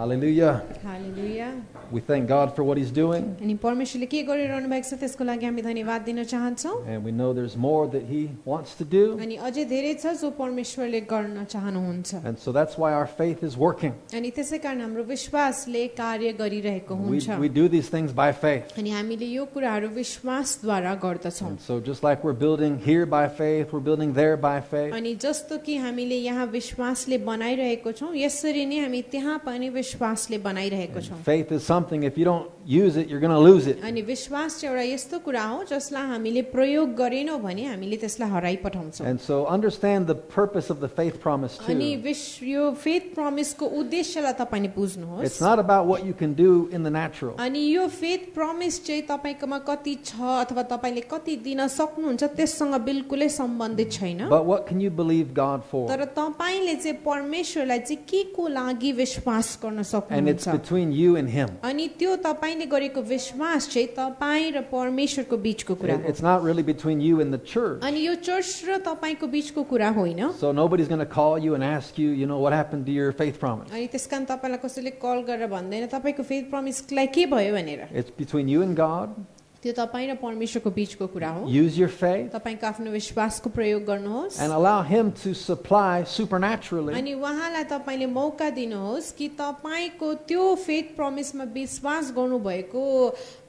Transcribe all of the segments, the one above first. Hallelujah. Hallelujah We thank God for what He's doing, अनि परमेश्वरले के गरिरहनु भएको छ त्यसको लागि हामी धन्यवाद दिन चाहन्छौँ and we know there's more that He wants to do. अनि अझै धेरै छ जो परमेश्वरले गर्न चाहनुहुन्छ And so that's why our faith is working. अनि त्यसै कारण हाम्रो विश्वासले कार्य गरिरहेको We, हुन्छ we do these things by faith. अनि हामीले यो कुराहरू विश्वासद्वारा गर्दछौँ And so just like we're building here by faith, we're building there by faith. अनि जस्तो कि हामीले यहाँ विश्वासले बनाइरहेको छौँ यसरी नै हामी त्यहाँ पनि विश्वासले बनाइरहेको छौँ Faith is something, if you don't use it, you're going to lose it. अनि विश्वास चाहिँ एउटा यस्तो कुरा हो जसलाई हामीले प्रयोग गरेनौँ भने हामीले त्यसलाई हराइ पठाउँछौँ And so understand the purpose of the faith promise अनि too. विश्व यो फेथ प्रमिसको उद्देश्यलाई तपाईँले बुझ्नुहोस् It's not about what you can do in the natural. अनि यो फेथ प्रमिस चाहिँ तपाईँकोमा कति छ अथवा तपाईँले कति दिन सक्नुहुन्छ त्यससँग बिल्कुलै सम्बन्धित छैन But what can you believe God for? तर तपाईँले चाहिँ परमेश्वरलाई चाहिँ के को लागि विश्वास गर्न And it's सक्नुहुन्छ between you and Him. अनि त्यो तपाईँले गरेको विश्वास चाहिँ तपाईँ र परमेश्वरको बीचको कुरा It- हो It's not really between you and the church. अनि यो चर्च र तपाईँको बीचको कुरा होइन So nobody's going to call you and ask you, you know, what happened to your faith promise? अनि त्यस कारण तपाईँलाई कसैले कल गरेर भन्दैन तपाईँको फेथ प्रमिसलाई के भयो भनेर It's between you and God. त्यो तपाईँ र परमेश्वरको बीचको कुरा हो Use your faith तपाईँको आफ्नो विश्वासको प्रयोग गर्नुहोस् and allow Him to supply supernaturally अनि उहाँलाई तपाईँले मौका दिनुहोस् कि तपाईँको त्यो फेथ प्रमिसमा विश्वास गर्नुभएको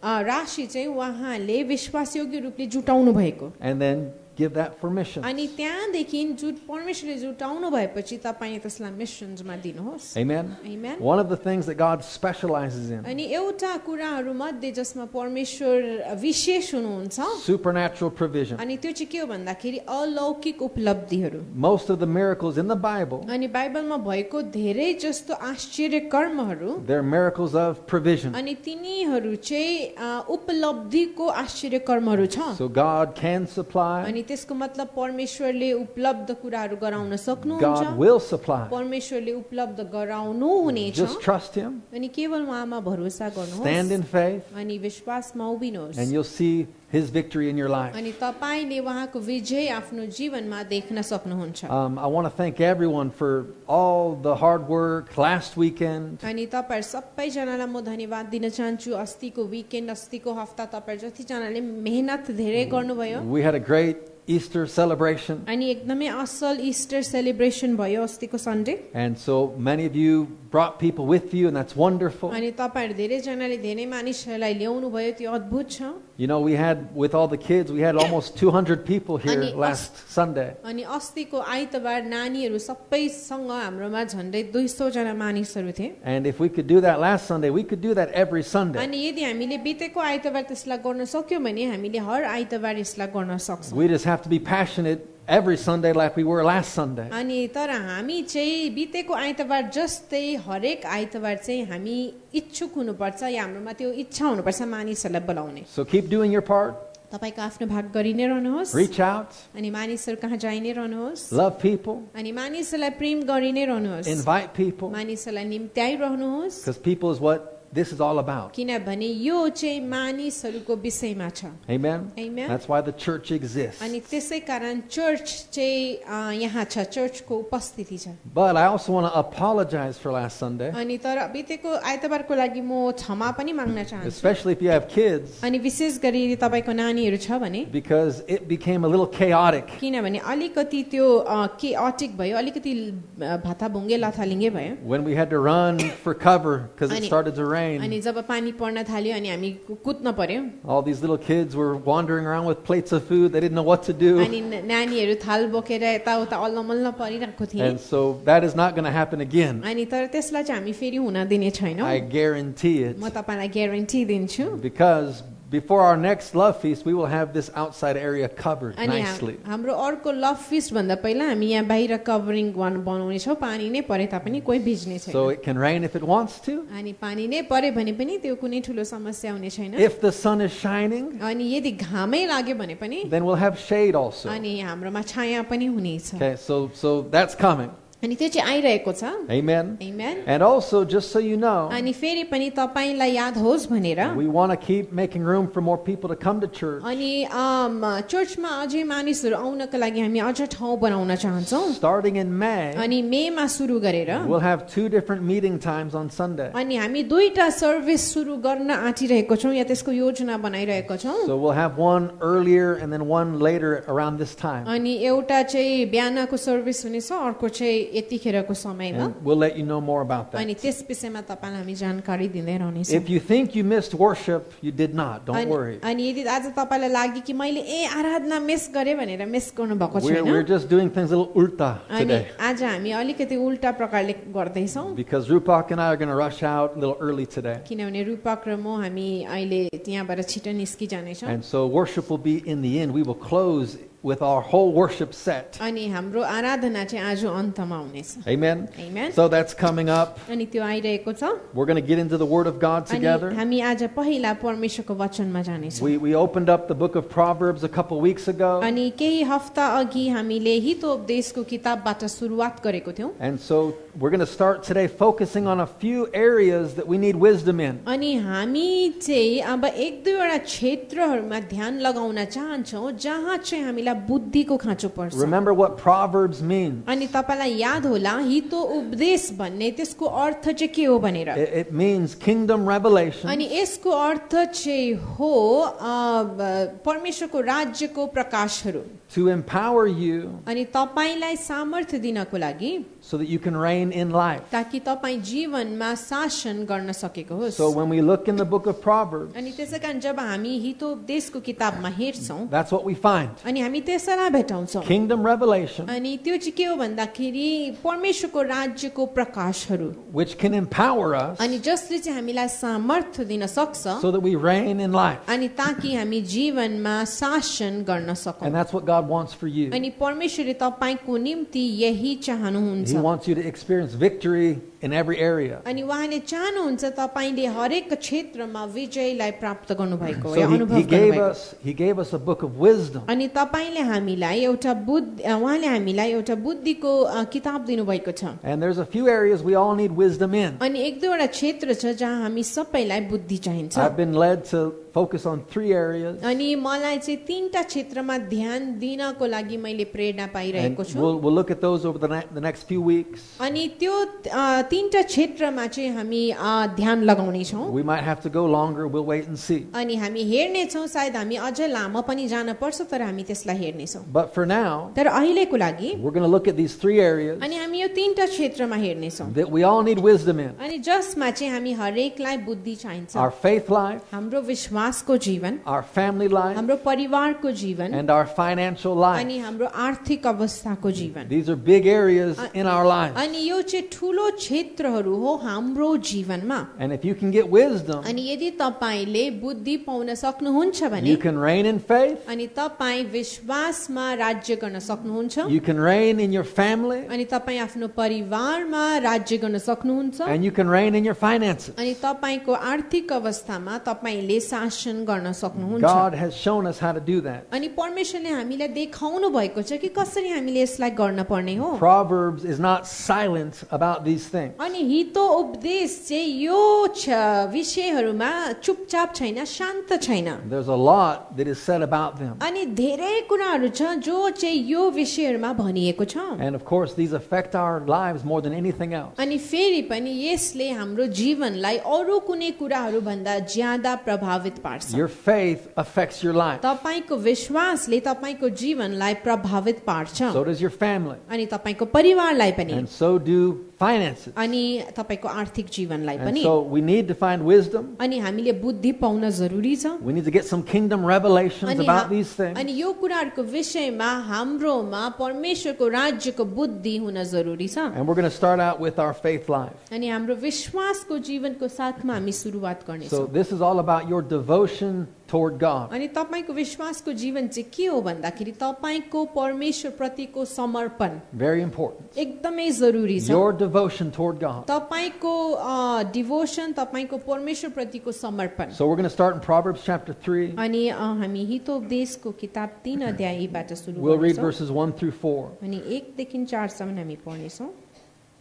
अ, राशि चाहिँ उहाँले विश्वासयोग्य रूपले जुटाउनु भएको and then give that for अनि missions. त्यहाँदेखि जुट परमेश्वरले जुटाउनु भएपछि तपाईँले त्यसलाई मिसन्समा दिनुहोस् Amen. Amen. One of the things that God specializes in अनि एउटा कुराहरू मध्ये जसमा परमेश्वर विशेष हुनुहुन्छ supernatural provision. अनि त्यो चाहिँ के हो भन्दाखेरि अलौकिक उपलब्धिहरू Most of the miracles in the Bible, अनि बाइबलमा भएको धेरै जस्तो आश्चर्य कर्महरू they're miracles of provision. अनि तिनीहरू चाहिँ अ, उपलब्धिको आश्चर्य कर्महरू छ So God can supply, अनि त्यसको मतलब परमेश्वरले उपलब्ध कुराहरू गराउन सक्नुहुन्छ God will supply. परमेश्वरले उपलब्ध गराउनु हुनेछ Just trust Him, अनि केवल उहाँमा भरोसा stand in गर्नुहोस् faith, अनि विश्वासमा उभिनुहोस् and you'll see His victory in your life. अनि तपाईँले उहाँको विजय आफ्नो जीवनमा देख्न सक्नुहुन्छ Um, I want to thank everyone for all the hard work last weekend. अनि तपाईँहरू सबैजनालाई म धन्यवाद दिन चाहन्छु अस्तिको विकेन्ड अस्तिको हप्ता तपाईँहरू जतिजनाले मेहनत धेरै गर्नुभयो We had a great Easter celebration, अनि एकदमै असल इस्टर सेलिब्रेसन भयो अस्तिको Sunday and so many of you brought people with you, and that's wonderful. अनि तपाईँहरू धेरैजनाले धेरै मानिसहरूलाई ल्याउनु भयो त्यो अद्भुत छ You know, we had with all the kids, we had almost 200 people here Ani- last Sunday. अनि अस्तिको आइतबार नानीहरू सबैसँग हाम्रोमा झन्डै दुई सौजना मानिसहरू थिए And if we could do that last Sunday, we could do that every Sunday. अनि यदि हामीले बितेको आइतबार त्यसलाई गर्न सक्यौँ भने हामीले हर आइतबार यसलाई गर्न सक्छौँ We just have to be passionate every Sunday like we were last Sunday. अनि तर हामी चाहिँ बितेको आइतबार जस्तै हरेक आइतबार चाहिँ हामी इच्छुक हुनुपर्छ या हाम्रोमा त्यो इच्छा हुनुपर्छ मानिसहरूलाई बोलाउने So keep doing your part, तपाईँको आफ्नो भाग गरि नै रहनुहोस् reach out, अनि मानिसहरू कहाँ जाइ नै रहनुहोस् love people, अनि मानिसहरूलाई प्रेम गरि नै रहनुहोस् invite people, मानिसहरूलाई निम्त्याइरहनुहोस् because people is what this is all about. किनभने यो चाहिँ मानिसहरूको विषयमा छ Amen? Amen. That's why the church exists. अनि त्यसै कारण चर्च चाहिँ अ, यहाँ छ चर्चको उपस्थिति छ But I also want to apologize for last Sunday, अनि तर बितेको आइतबारको लागि म क्षमा पनि माग्न चाहन्छु especially if you have kids, अनि विशेष गरी यदि तपाईँको नानीहरू छ भने because it became a little chaotic. किनभने अलिकति त्यो के अटिक भयो अलिकति अ, भाताभुङ्गे लथालिङ्गे भयो When we had to run for cover because it Ani- started to rain, अनि जब पानी पर्न थाल्यो अनि हामी कु- कुद्न पर्यो all these little kids were wandering around with plates of food. They didn't know what to do. अनि न- नानीहरू थाल बोकेर यताउता अल्लमल्ल परिरहेको थिए And so that is not going to happen again. अनि तर त्यसलाई चाहिँ हामी फेरि हुन दिने छैनौँ I guarantee it. म तपाईँलाई ग्यारेन्टी दिन्छु Because before our next love feast, we will have this outside area covered अनि हाम- nicely. हाम्रो अर्को लभ फिस्ट भन्दा पहिला हामी यहाँ बाहिर कभरिङ बनाउने छौँ पानी नै परे तापनि कोही भिज्ने छैन So it can rain if it wants to. अनि पानी नै परे भने पनि त्यो कुनै ठुलो समस्या हुने छैन If the sun is shining, अनि यदि घामै लाग्यो भने पनि then we'll have shade also. अनि हाम्रोमा छाया पनि हुनेछ Okay, so so that's coming. अनि त्यो चाहिँ आइरहेको छ Amen. Amen. And also, just so you know, अनि फेरि पनि तपाईँलाई याद होस् भनेर we want to keep making room for more people to come to church. अनि अम, चर्चमा अझै मानिसहरू आउनको लागि हामी अझ ठाउँ बनाउन चाहन्छौँ Starting in May, अनि मेमा सुरु गरेर we'll have two different meeting times on Sunday. अनि हामी दुईटा सर्भिस सुरु गर्न आँटिरहेको छौँ या त्यसको योजना बनाइरहेको छौँ So we'll have one earlier and then one later around this time. अनि एउटा चाहिँ बिहानको सर्भिस हुनेछ अर्को चाहिँ यतिखेरको समयमा And we'll let you know more about that. अनि त्यस विषयमा तपाईँलाई हामी जानकारी दिँदै रहनेछौँ If you think you missed worship, you did not. Don't अनि worry. अनि यदि आज तपाईँलाई लाग्यो कि मैले ए आराधना मिस गरेँ भनेर मिस गर्नु भएको We're, छैन we're just doing things a little ulta अनि today आज हामी अलिकति उल्टा प्रकारले गर्दैछौँ because Rupak and I are going to rush out a little early today. किनभने रूपक र म हामी अहिले त्यहाँबाट छिटो निस्किजानेछौँ And so worship will be in the end. We will close with our whole worship set. अनि हाम्रो आराधना चाहिँ आज अन्तमा हुनेछ Amen. Amen. So that's coming up. अनि त्यो आइरहेको छ We're going to get into the Word of God अनि together. हामी आज पहिला परमेश्वरको वचनमा जानेछौँ We, we opened up the book of Proverbs a couple weeks ago. अनि केही हप्ता अघि हामीले हितोपदेशको किताबबाट सुरुवात गरेको थियौँ And so we're going to start today focusing on a few areas that we need wisdom in. अनि हामी चाहिँ अब एक दुईवटा क्षेत्रहरूमा ध्यान लगाउन चाहन्छौँ जहाँ चाहिँ हामीलाई बुद्धिको खाँचो पर्छ Remember what Proverbs mean. अनि तपाईँलाई याद होला हितो उपदेश भन्ने त्यसको अर्थ चाहिँ के हो भनेर It, it means kingdom revelation, अनि यसको अर्थ चाहिँ हो अ, ब- परमेश्वरको राज्यको प्रकाशहरू to empower you अनि तपाईँलाई सामर्थ्य दिनको लागि so that you can reign in life. ताकि तपाईँ जीवनमा शासन गर्न सकेको होस् So when we look in the book of Proverbs, अनि त्यसै कारण जब हामी हितोपदेशको किताबमा हेर्छौँ that's what we find. अनि हामी त्यसलाई भेटाउँछौँ Kingdom revelation, अनि त्यो चाहिँ के हो भन्दाखेरि परमेश्वरको राज्यको प्रकाशहरू which can empower us अनि जसले चाहिँ हामीलाई सामर्थ्य दिन सक्छ so that we reign in life. अनि ताकि हामी जीवनमा शासन गर्न सकौँ And that's what God wants for you. अनि परमेश्वरले तपाईँको निम्ति यही चाहनुहुन्छ He wants you to experience victory in every area. अनि उहाँले चाहनुहुन्छ तपाईँले हरेक क्षेत्रमा विजयलाई प्राप्त गर्नुभएको या So he, अनुभव he gave गर्नुभएको। us he gave us a book of wisdom. अनि तपाईँले हामीलाई एउटा बुद्धि अ, उहाँले हामीलाई एउटा बुद्धिको अ, किताब दिनुभएको छ And there's a few areas we all need wisdom in. अनि एक दुईवटा क्षेत्र छ जहाँ हामी सबैलाई बुद्धि चाहिन्छ I've been led to focus on three areas. अनि मलाई चाहिँ तिनवटा क्षेत्रमा ध्यान दिनको लागि मैले प्रेरणा And पाइरहेको छु we'll, we'll look at those over the, ne- the next few weeks. अनि त्यो अ, तिनवटा क्षेत्रमा चाहिँ हामी अ, ध्यान लगाउनेछौँ We might have to go longer. We'll wait and see. अनि हामी हेर्नेछौँ सायद हामी अझ लामो पनि जान पर्छ तर हामी त्यसलाई हेर्नेछौं But for now, तर अहिलेको लागि we're going to look at these three areas अनि हामी यो तिनवटा क्षेत्रमा हेर्नेछौँ that we all need wisdom in अनि जसमा चाहिँ हामी हरेकलाई बुद्धि चाहिन्छ our faith life, हाम्रो विश्वासको जीवन our family life, हाम्रो परिवारको जीवन and our financial life. अनि हाम्रो आर्थिक अवस्थाको जीवन These are big areas in our lives. अनि यो चाहिँ ठुलो क्षेत्रहरू हो हाम्रो जीवनमा And if you can get wisdom, अनि यदि तपाईँले बुद्धि पाउन सक्नुहुन्छ भने you can reign in faith, अनि तपाईँ विश्वासमा राज्य गर्न सक्नुहुन्छ you can reign in your family, अनि तपाईँ आफ्नो परिवारमा राज्य गर्न सक्नुहुन्छ and you can reign in your finances. अनि तपाईँको आर्थिक अवस्थामा तपाईँले शासन गर्न सक्नुहुन्छ God has shown us how to do that. अनि परमेश्वरले हामीलाई देखाउनु भएको छ कि कसरी हामीले यसलाई गर्न पर्ने हो Proverbs is not silent about these things. अनि हितो उपदेश चाहिँ यो छ- विषयहरूमा चुपचाप छैन शान्त छैन There's a lot that is said about them. अनि धेरै कुराहरू छ जो चाहिँ यो विषयहरूमा भनिएको छ And of course, these affect our lives more than anything else. अनि फेरि पनि यसले हाम्रो जीवनलाई अरू कुनै कुराहरू भन्दा ज्यादा प्रभावित पार्छ Your faith affects your life. तपाईँको विश्वासले तपाईँको जीवनलाई प्रभावित पार्छ So does your family. अनि तपाईँको परिवारलाई पनि And so do finances. अनि तपाईँको आर्थिक जीवनलाई And पनि so we need to find wisdom. अनि हामीले बुद्धि पाउन जरुरी छ We need to get some kingdom revelations अनि about हा- these things. अनि यो कुराहरूको विषयमा हाम्रोमा परमेश्वरको राज्यको बुद्धि हुन जरुरी छ And we're going to start out with our faith life. अनि हाम्रो विश्वासको जीवनको साथमा हामी सुरुवात So गर्नेछौँ this is all about your devotion toward God. अनि तपाईँको विश्वासको जीवन चाहिँ के हो भन्दाखेरि तपाईँको परमेश्वर प्रतिको समर्पण Very important. एकदमै जरुरी छ Your devotion toward God. तपाईँको डिभोसन तपाईँको परमेश्वर प्रतिको समर्पण So we're going to start in Proverbs chapter 3. अनि अ, हामी हितोपदेशको किताब तीन अध्यायबाट सुरु We'll read गर्नेछौँ। verses 1 through 4. अनि एकदेखि चारसम्म हामी पढ्नेछौँ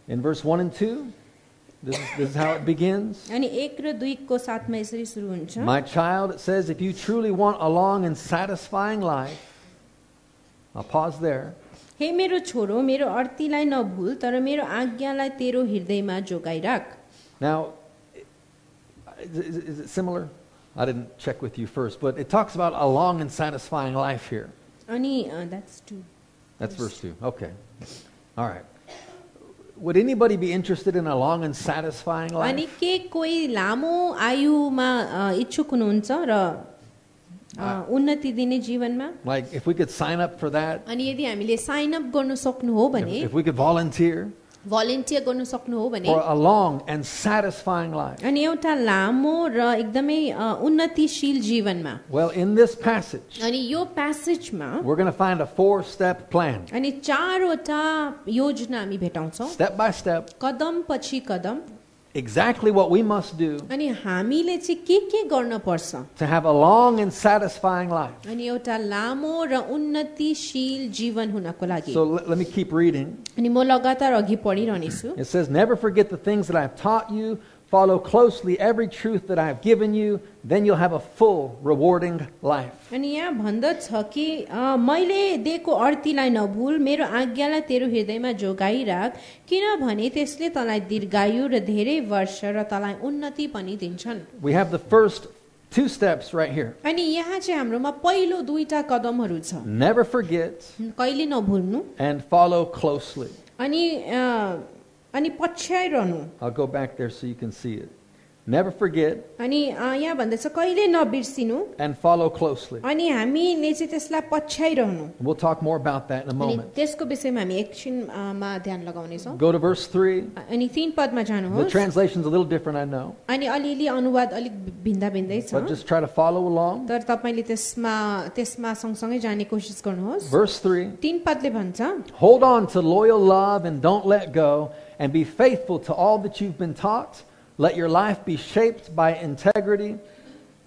In verse 1 and 2, this is, this is how it begins. अनि एक र दुईको साथमा यसरी सुरु हुन्छ My child, it says, if you truly want a long and satisfying life, I'll pause there. हे मेरो छोरो मेरो अर्थीलाई नभुल तर मेरो आज्ञालाई तेरो हृदयमा जोगाइराख Now, is, is- is it similar? I didn't check with you first, but it talks about a long and satisfying life here. अनि that's two That's verse 2. Okay. All right. Would anybody be interested in a long and satisfying अनि life? के कोही लामो आयुमा अ, इच्छुक हुनुहुन्छ र अ, उन्नति दिने जीवनमा Like, if we could sign up for that, अनि यदि हामीले साइन अप गर्नु सक्नु हो if, भने if we could volunteer volunteer गर्नु सक्नु हो भने for a long and satisfying life. अनि एउटा लामो र एकदमै अ, उन्नतिशील जीवनमा Well, in this passage, अनि यो प्यासेजमा we're going to find a four step plan, अनि चारवटा योजना हामी भेटाउँछौँ step by step, कदम पछि कदम exactly what we must do अनि हामीले चाहिँ के के गर्न पर्छ to have a long and satisfying life. अनि एउटा लामो र उन्नतिशील जीवन हुनको लागि So let, let me keep reading. अनि म लगातार अघि पढिरहनेछु It says, Never forget the things that I have taught you. Follow closely every truth that I have given you. Then you'll have a full, rewarding life. अनि यहाँ भन्दछ कि अ, मैले दिएको अर्थीलाई नभुल मेरो आज्ञालाई तेरो हृदयमा जोगाइराख किनभने त्यसले तँलाई दीर्घायु र धेरै वर्ष र तँलाई उन्नति पनि दिन्छन् We have the first two steps right here. अनि यहाँ चाहिँ हाम्रोमा पहिलो दुईटा कदमहरू छ Never forget कहिले नभुल्नु and follow closely. अनि अ, अनि पछ्याइरहनु I'll go back there so you can see it. Never forget अनि अ, यहाँ भन्दछ कहिले नबिर्सिनु and follow closely. अनि हामीले चाहिँ त्यसलाई पछ्याइरहनु We'll talk more about that in a अनि moment. त्यसको विषयमा हामी एकछिनमा ध्यान लगाउनेछौँ Go to verse 3. अनि तिन पदमा The जानुहोस् translation's a little different, I know, अनि अलिअलि अनुवाद अलिक भिन्दा भिन्दै छ but just try to follow along. तर तपाईँले त्यसमा त्यसमा सँगसँगै जाने कोसिस गर्नुहोस् Verse 3. तीन पदले भन्छ Hold on to loyal love and don't let go, and be faithful to all that you've been taught. Let your life be shaped by integrity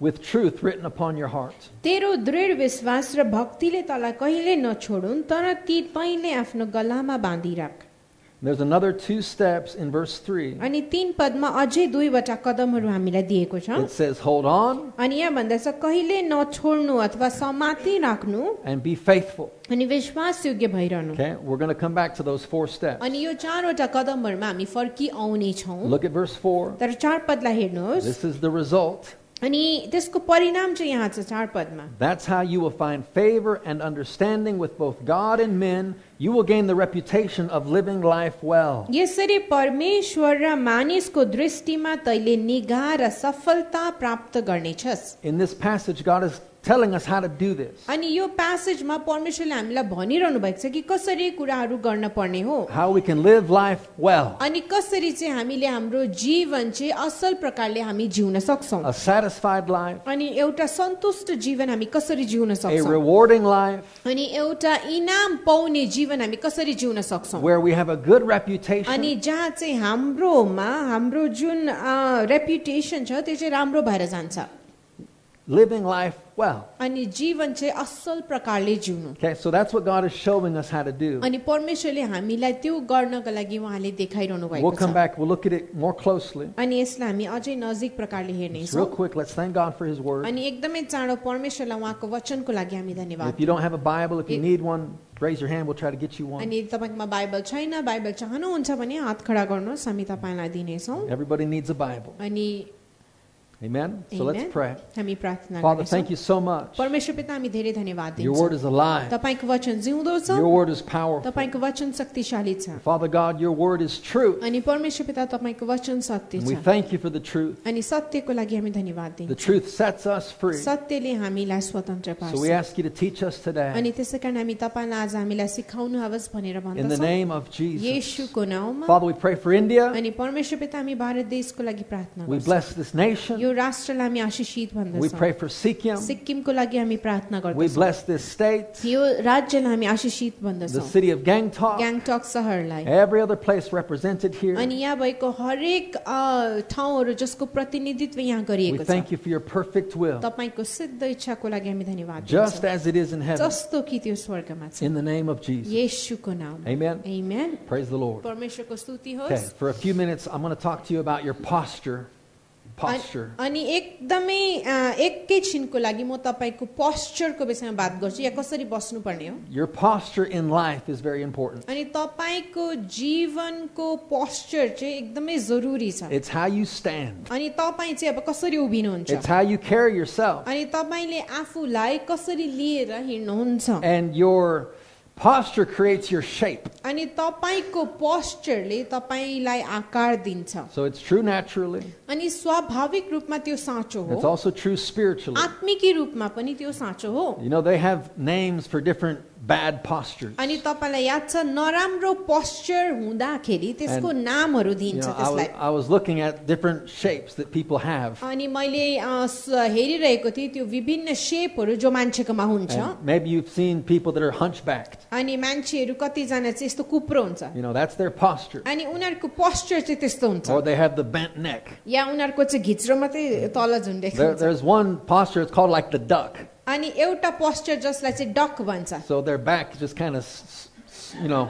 with truth written upon your heart. तेरो दृढ विश्वास र भक्तिले तँलाई कहिले नछोडुन् तर ती तैँले आफ्नो गलामा बाँधिराख There's another two steps in verse 3. अनि तीन पदमा अझै दुईवटा कदमहरू हामीलाई दिएको छ It says, Hold on अनि यहाँ भन्दछ कहिले नछोड्नु अथवा समाति राख्नु and be faithful. अनि विश्वास योग्य भइरहनु Okay, we're going to come back to those four steps. अनि यो चारवटा कदमहरूमा हामी फर्किआउने छौँ Look at verse 4. तर चार पदलाई हेर्नुहोस् This is the result. अनि त्यसको परिणाम चाहिँ यहाँ छ चार Padma That's how you will find favor and understanding with both God and men. You will gain the reputation of living life well. यसरी परमेश्वर र मानिसको दृष्टिमा तैले निगाह र सफलता प्राप्त गर्नेछस् In this passage, God is telling us how to do this. अनि यो प्यासेजमा परमेश्वरले हामीलाई भनिरहनु भएको छ कि कसरी यी कुराहरू गर्न पर्ने हो How we can live life well. अनि कसरी चाहिँ हामीले हाम्रो जीवन चाहिँ असल प्रकारले हामी जिउन सक्छौँ A satisfied life, अनि एउटा सन्तुष्ट जीवन हामी कसरी जिउन a सक्छौँ rewarding life अनि एउटा इनाम पाउने जीवन हामी कसरी जिउन सक्छौँ where we have a good reputation अनि जहाँ चाहिँ हाम्रोमा हाम्रो जुन रेप्युटेसन छ त्यो चाहिँ राम्रो भएर जान्छ living life well. अनि जीवन चाहिँ असल प्रकारले जिउनु Okay, so that's what God is showing us how to do. अनि परमेश्वरले हामीलाई त्यो गर्नको लागि उहाँले देखाइरहनु We'll भएको come छ back, we'll look at it more closely. अनि यसलाई हामी अझै नजिक प्रकारले Just real हेर्नेछौँ quick, let's thank God for His Word. अनि एकदमै चाँडो परमेश्वरलाई उहाँको वचनको लागि हामी धन्यवाद If you don't have a Bible, if you It- need one, raise your hand, we'll try to get you one. अनि तपाईँकोमा बाइबल छैन बाइबल चाहनुहुन्छ भने हात खडा गर्नुहोस् हामी तपाईँलाई दिनेछौँ Everybody needs a Bible. अनि Amen? So let's Amen. pray. हामी प्रार्थना Father, गर्नेछौं। thank you so much. परमेश्वर पिता हामी धेरै धन्यवाद Your Word दिन्छौँ is alive, तपाईँको वचन जिउँदो छ Your Word is powerful. तपाईँको वचन शक्तिशाली छ Father God, your word is true. अनि परमेश्वर पिता तपाईँको वचन सत्य And छ we thank you for the truth. अनि सत्यको लागि हामी धन्यवाद The दिन्छौँ truth sets us free. So सत्यले हामीलाई स्वतन्त्र पार्छ we ask you to teach us अनि today त्यसै कारण हामी तपाईँलाई आज हामीलाई सिकाउनु होस् भनेर in the भन्दछौँ name of Jesus. येशूको नाउँमा Father, we pray for India. अनि परमेश्वर पिता हामी भारत देशको लागि प्रार्थना We गर्छौँ bless this यो nation. यो राष्ट्रलाई हामी आशिषित We pray भन्दछौँ for Sikkim. सिक्किमको लागि हामी प्रार्थना We गर्दछौँ bless this state, यो राज्यलाई हामी आशिषित the भन्दछौँ city of Gangtok, Gangtok सहरलाई every other place represented here. अनि यहाँ भएको हरेक अ, ठाउँहरू जसको प्रतिनिधित्व यहाँ We गरिएको thank छ you for your perfect will, तपाईँको सिद्ध इच्छाको लागि हामी धन्यवाद just दिन्छौँ। as it is in heaven, जस्तो कि त्यो स्वर्गमा छ in the name of Jesus. येशूको नाम Amen. Amen. Praise the Lord. परमेश्वरको स्तुति Okay, होस् for a few minutes, I'm going to talk to you about your posture. Posture. अन- अनि एकदमै अ, एकैछिनको लागि म तपाईँको पोस्चरको विषयमा बात गर्छु या कसरी बस्नुपर्ने हो Your posture in life is very important. अनि तपाईँको जीवनको पोस्चर चाहिँ एकदमै जरुरी छ It's how you stand, अनि तपाईँ चाहिँ अब कसरी उभिनुहुन्छ it's how you carry yourself. अनि तपाईँले आफूलाई कसरी लिएर हिँड्नुहुन्छ And your posture creates your shape. अनि तपाईँको पोस्चरले तपाईँलाई आकार दिन्छ So it's true naturally, अनि स्वाभाविक रूपमा त्यो साँचो it's हो also true spiritually. आत्मिकी रूपमा पनि त्यो साँचो हो You know, they have names for different bad postures. अनि तपाईँलाई याद छ नराम्रो पोस्चर हुँदाखेरि त्यसको नामहरू You दिइन्छ know, I, was, त्यसलाई I was looking at different shapes that people have. अनि मैले अँ, स- हेरिरहेको थिएँ त्यो विभिन्न सेपहरू जो मान्छेकोमा हुन्छ And maybe you've seen people that are hunchbacked. अनि मान्छेहरू कतिजना चाहिँ यस्तो कुप्रो हुन्छ You know, that's their posture. अनि उनीहरूको पोस्चर चाहिँ त्यस्तो हुन्छ Or they have the bent neck. या उनीहरूको चाहिँ घिच्रो मात्रै तल झुन्डेको There, हुन्छ there's one posture, it's called like the duck. अनि एउटा पोस्चर जसलाई चाहिँ डक भन्छ So their back is just kind of, you know,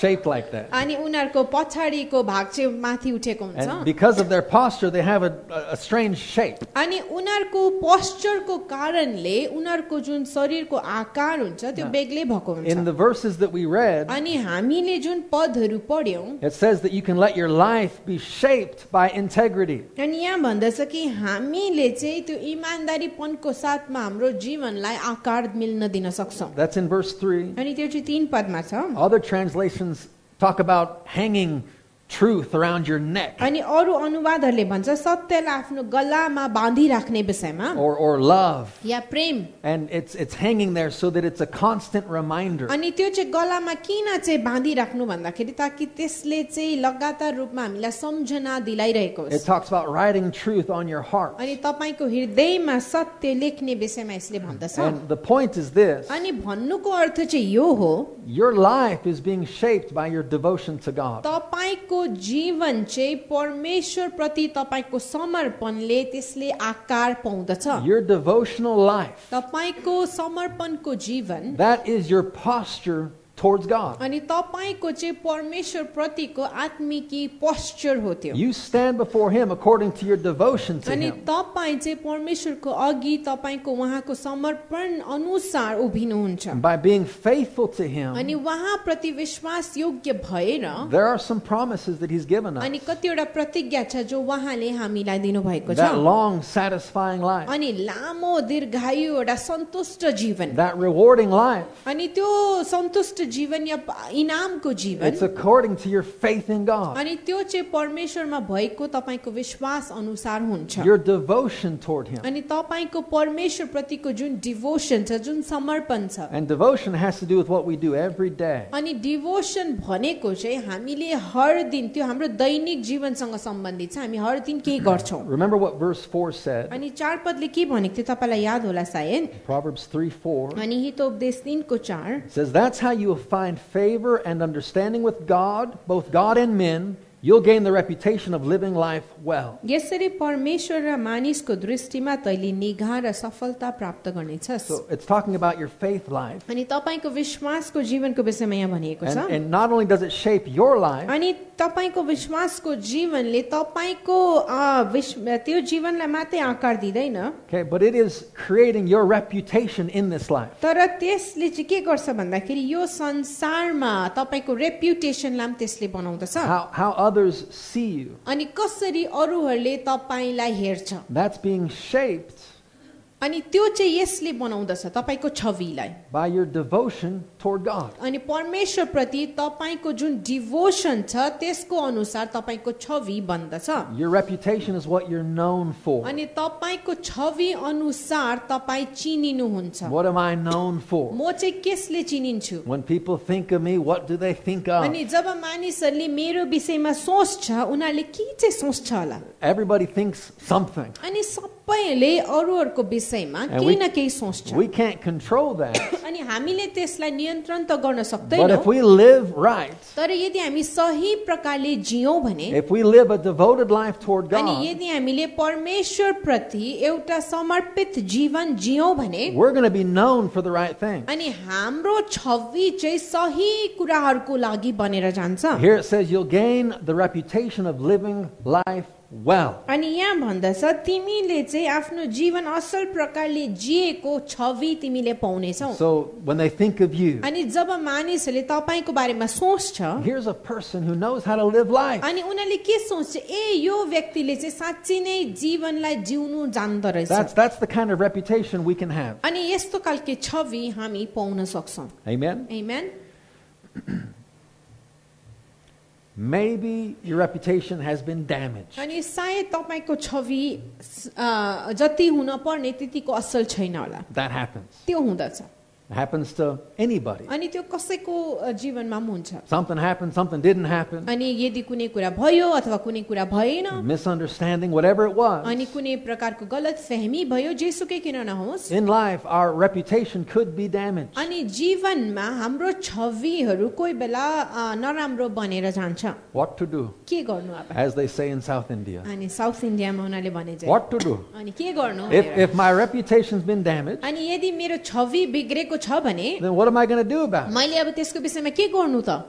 shaped like that. अनि उनीहरूको पछाडिको भाग चाहिँ माथि उठेको हुन्छ And because of their posture, they have a, a- a strange shape. अनि उनीहरूको पोस्चरको कारणले उनीहरूको जुन शरीरको आकार हुन्छ त्यो बेग्लै भएको हुन्छ In the verses that we read, अनि हामीले जुन पदहरू पढ्यौँ it says that you can let your life be shaped by integrity. अनि यहाँ भन्दछ कि हामीले चाहिँ त्यो इमान्दारीपनको साथमा हाम्रो जीवनलाई आकार मिल्न दिन सक्छौँ That's in verse 3. अनि त्यो चाहिँ तिन पदमा छ Other translations talk about hanging truth around your neck अनि अरू अनुवादहरूले भन्छ सत्यलाई आफ्नो गलामा बाँधिराख्ने विषयमा or, or love. या प्रेम And it's, it's hanging there so that it's a constant reminder. अनि त्यो चाहिँ गलामा किन चाहिँ बाँधिराख्नु भन्दाखेरि ताकि त्यसले चाहिँ लगातार रूपमा हामीलाई सम्झना दिलाइरहेको It होस् talks about writing truth on your heart. अनि तपाईँको हृदयमा सत्य लेख्ने विषयमा यसले भन्दछ And the point is this अनि भन्नुको अर्थ चाहिँ यो हो your life is being shaped by your devotion to God. तपाईँको जीवन चाहिँ परमेश्वरप्रति तपाईँको समर्पणले त्यसले आकार पाउँदछ Your devotional life, तपाईँको समर्पणको जीवन that is your posture towards God. अनि तपाईँको चाहिँ परमेश्वर प्रतिको आत्मिकी पोस्चर हो त्यो You stand before Him according to your devotion to अनि Him. तपाईँ चाहिँ परमेश्वरको अघि तपाईँको उहाँको समर्पण अनुसार उभिनुहुन्छ And by being faithful to अनि Him, उहाँप्रति विश्वास योग्य भएर there are some promises that He's given us. अनि कतिवटा प्रतिज्ञा छ जो उहाँले हामीलाई दिनुभएको छ That long, satisfying life, अनि लामो दीर्घायु एउटा सन्तुष्ट जीवन that rewarding life, अनि त्यो सन्तुष्ट जीवन या इनामको जीवन it's according to your faith in God, अनि त्यो चाहिँ परमेश्वरमा भएको तपाईँको विश्वास अनुसार हुन्छ your devotion toward Him. अनि तपाईँको परमेश्वर प्रतिको जुन डिभोसन छ जुन समर्पण छ And devotion has to do with what we do every day. अनि डिभोसन भनेको चाहिँ हामीले हर दिन त्यो हाम्रो दैनिक जीवनसँग सम्बन्धित छ हामी हर दिन केही गर्छौँ Remember what verse 4 said? अनि चार पदले के भनेको थियो तपाईँलाई याद होला सायद Proverbs 3 4. अनि हितोपदेश तिनको चार It says, That's how you will find favor and understanding with God, both God and men. You'll gain the reputation of living life well. यसरी परमेश्वर र मानिसको दृष्टिमा तैँले निगाह र सफलता प्राप्त गर्नेछस् So it's talking about your faith life. अनि तपाईँको विश्वासको जीवनको विषयमा यहाँ भनिएको And, छ and not only does it shape your life, अनि तपाईँको विश्वासको जीवनले तपाईँको अ, विश्व त्यो जीवनलाई मात्रै आकार दिँदैन okay, but it is creating your reputation in this life. तर त्यसले चाहिँ के गर्छ भन्दाखेरि यो संसारमा तपाईँको रेप्युटेसनलाई पनि त्यसले बनाउँदछ How, how others see you. अनि कसरी अरूहरूले तपाईँलाई हेर्छ That's being shaped अनि त्यो चाहिँ यसले बनाउँदछ तपाईँको छविलाई by your devotion toward God. अनि परमेश्वरप्रति तपाईँको जुन डिभोसन छ त्यसको अनुसार तपाईँको छवि बन्दछ Your reputation is what you're known for. अनि तपाईँको छवि अनुसार तपाईँ चिनिनुहुन्छ What am I known for? म चाहिँ कसले चिनिन्छु When people think of me, what do they think of? अनि जब मानिसहरूले मेरो विषयमा सोच्छ उनीहरूले के चाहिँ सोच्छ होला Everybody thinks something. अनि सबैले अरूहरूको विषयमा And केही we- न केही सोच्छ We can't control that. अनि हामीले त्यसलाई नियन्त्रण त But गर्न if सक्दैनौँ we live right, तर यदि हामी सही प्रकारले जियौँ भने if we live a devoted life toward अनि God, यदि हामीले परमेश्वर प्रति एउटा समर्पित जीवन जियौँ भने we're going to be known for the right thing. अनि हाम्रो छवि चाहिँ सही कुराहरूको लागि बनेर जान्छ Here it says you'll gain the reputation of living life well. अनि यहाँ भन्दछ तिमीले चाहिँ आफ्नो जीवन असल प्रकारले जिएको छवि तिमीले पाउनेछौ So when they think of you, अनि जब मानिसहरूले तपाईँको बारेमा सोच्छ here's a person who knows how to live life. अनि उनीहरूले के सोच्छ ए यो व्यक्तिले चाहिँ साँच्ची नै जीवनलाई जिउनु जान्दो That's रहेछ that's the kind of reputation we can have. अनि यस्तो खालके छवि हामी पाउन सक्छौँ Amen. Amen? Maybe your reputation has been damaged. अनि सायद तपाईँको छवि अ, जति हुन पर्ने त्यतिको असल छैन होला That happens. त्यो हुँदछ It happens to anybody. अनि त्यो कसैको अ, जीवनमा पनि हुन्छ Something happened, something didn't happen, अनि यदि कुनै कुरा भयो अथवा कुनै कुरा भएन misunderstanding, whatever it was. अनि कुनै प्रकारको गलत फेहमी भयो जेसुकै किन नहोस् In life, our reputation could be damaged. अनि जीवनमा हाम्रो छविहरू कोही बेला अ, नराम्रो बनेर जान्छ What to do? के गर्नु अब As they say in South India. अनि साउथ इन्डियामा उनीहरूले भने चाहिँ What to do? अनि के गर्नु If, भनेर। if my reputation's been damaged, अनि यदि मेरो छवि बिग्रेको छ भने then what am I going to do about it? मैले अब त्यसको विषयमा के गर्नु त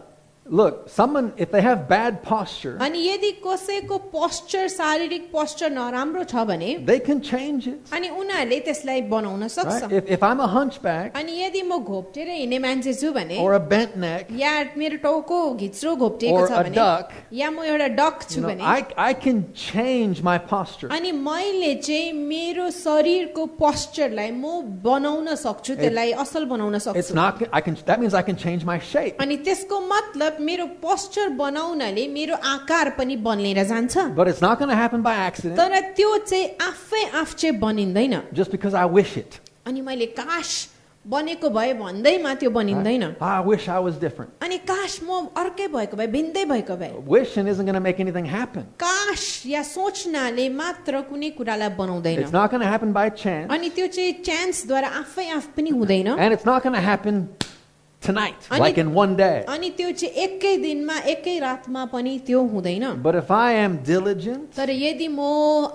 Look, someone, if they have bad posture, अनि यदि कसैको पोस्चर शारीरिक पोस्चर नराम्रो छ भने they can change it. अनि उनीहरूले त्यसलाई बनाउन सक्छ Right? If, if I'm a hunchback अनि यदि म घोप्टेर हिँड्ने मान्छे छु भने or a bent neck, या मेरो टाउको घिच्रो घोप्टिएको Or छ a भने duck. या म एउटा डक छु you know, भने I, I can change my posture. अनि मैले चाहिँ मेरो शरीरको पोस्चरलाई म बनाउन सक्छु त्यसलाई असल बनाउन It's सक्छु not, I can, that means I can change my shape. अनि त्यसको मतलब मेरो पोस्चर बनाउनाले मेरो आकार पनि बनेर जान्छ But it's not going to happen by accident तर त्यो चाहिँ आफै आफ चाहिँ बनिँदैन just because I wish it. अनि मैले काश बनेको भए भन्दैमा त्यो बनिँदैन I wish I was different. अनि काश म अर्कै भएको भए भिन्दै भएको भए Wishing isn't going to make anything happen. काश या सोच्नाले मात्र कुनै कुरालाई बनाउँदैन It's not going to happen by chance. अनि त्यो चाहिँ चान्सद्वारा आफै आफ पनि हुँदैन And it's not going to happen tonight, I like need- in one day. अनि त्यो चाहिँ एकै दिनमा एकै रातमा पनि त्यो हुँदैन But if I am diligent, तर यदि म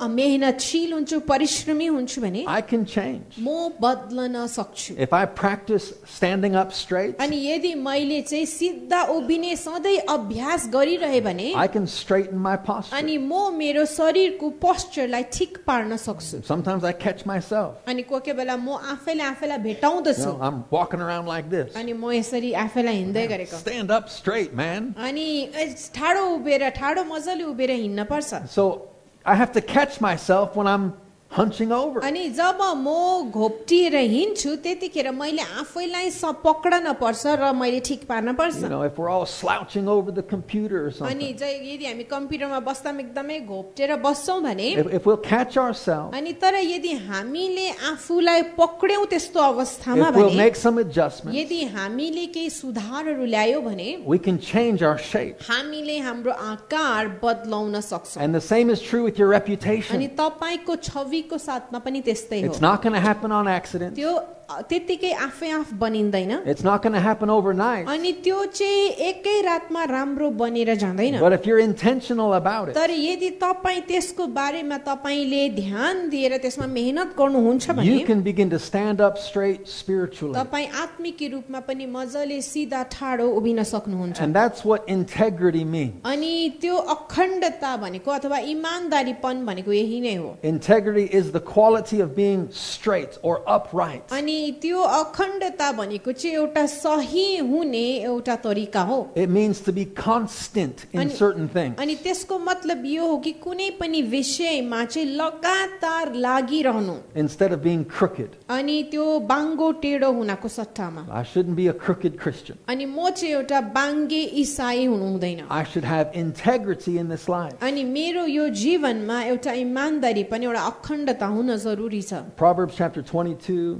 मेहनतशील हुन्छु परिश्रमी हुन्छु भने I can change. म बदलन सक्छु If I practice standing up straight, अनि यदि मैले चाहिँ सिधा उभिने सधैँ अभ्यास गरिरहे भने I can straighten my posture. अनि म मेरो शरीरको पोस्चरलाई ठिक पार्न सक्छु Sometimes I catch myself. अनि कोही कोही बेला म आफैले आफैलाई You भेटाउँदछु know, I'm walking around like this. अनि म यसरी आफैलाई हिँड्दै गरेको Stand up straight, man. अनि यस- ठाडो उभिएर ठाडो मजाले उभिएर हिँड्न पर्छ So I have to catch myself when I'm hunching over. अनि जब म घोप्टिएर हिँड्छु त्यतिखेर मैले आफैलाई स- पक्रन पर्छ र मैले ठिक पार्न पर्छ You know, if we're all slouching over the computer or अनि something, जै- यदि हामी कम्प्युटरमा बस्दा पनि एकदमै घोप्टेर बस्छौँ भने if, if we'll catch ourselves, अनि तर यदि हामीले आफूलाई पक्र्यौँ त्यस्तो अवस्थामा if we'll भने make some adjustments, यदि हामीले केही सुधारहरू ल्यायौँ भने we can change our shape. हामीले हाम्रो आकार बदलाउन सक्छौँ And the same is true with your अनि reputation. तपाईँको छविको साथमा पनि त्यस्तै It's हो not going to happen on accident. त्यो अ, त्यत्तिकै आफै आफ बनिँदैन It's not going to happen overnight. अनि त्यो चाहिँ एकै रातमा राम्रो बनेर जाँदैन But if you're intentional about it, तर यदि तपाईँ त्यसको बारेमा तपाईँले ध्यान दिएर त्यसमा मेहनत गर्नुहुन्छ भने you can begin to stand up straight spiritually. तपाईँ आत्मिक रूपमा पनि मजाले सिधा ठाडो उभिन सक्नुहुन्छ And that's what integrity means. अनि त्यो अखण्डता भनेको अथवा इमान्दारीपन भनेको यही नै हो Integrity is the quality of being straight or upright. अनि अनि त्यो अखण्डता भनेको चाहिँ एउटा सही हुने एउटा तरिका हो It means to be constant in Ani- certain things. अनि त्यसको मतलब यो हो कि कुनै पनि विषयमा चाहिँ लगातार लागिरहनु instead of being crooked. अनि त्यो बाङ्गो टेढो हुनको सट्टामा I shouldn't be a crooked Christian. अनि म चाहिँ एउटा बाङ्गे इसाई हुनु हुँदैन I should have integrity in this life. अनि मेरो यो जीवनमा एउटा इमान्दारी पनि एउटा अखण्डता हुन जरुरी छ Proverbs chapter 22,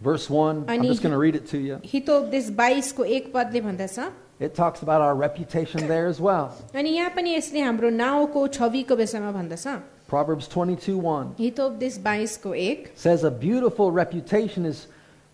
verse 1. I'm Ani- just going to read it to you. Hitopadesha बाइसको एक पदले भन्दछ It talks about our reputation there as well. अनि यहाँ पनि यसले हाम्रो नाउँको छविको विषयमा भन्दछ Proverbs 22, 1 हितोपदेश बाइसको एक says, A beautiful reputation is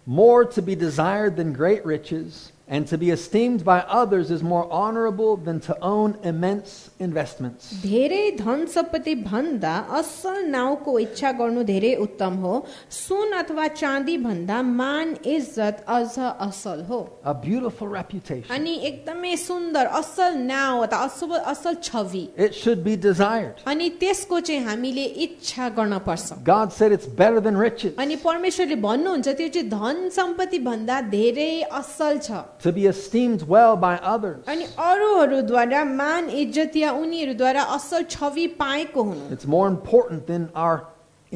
more to be desired than great riches, and to be esteemed by others is more honorable than to own immense investments. धेरै धन सम्पत्ति भन्दा असल नाउँको इच्छा गर्नु धेरै उत्तम हो सुन अथवा चाँदी भन्दा मान इज्जत अझ असल हो A beautiful reputation. अनि एकदमै सुन्दर असल नाउँ अथवा असल असल छवि It should be desired. अनि त्यसको चाहिँ हामीले इच्छा गर्न पर्छ God said it's better than riches. अनि परमेश्वरले भन्नुहुन्छ त्यो चाहिँ धन सम्पत्ति भन्दा धेरै असल छ to be esteemed well by others. अनि अरूहरूद्वारा मान इज्जत या उनीहरूद्वारा असल छवि पाएको हुनु It's more important than our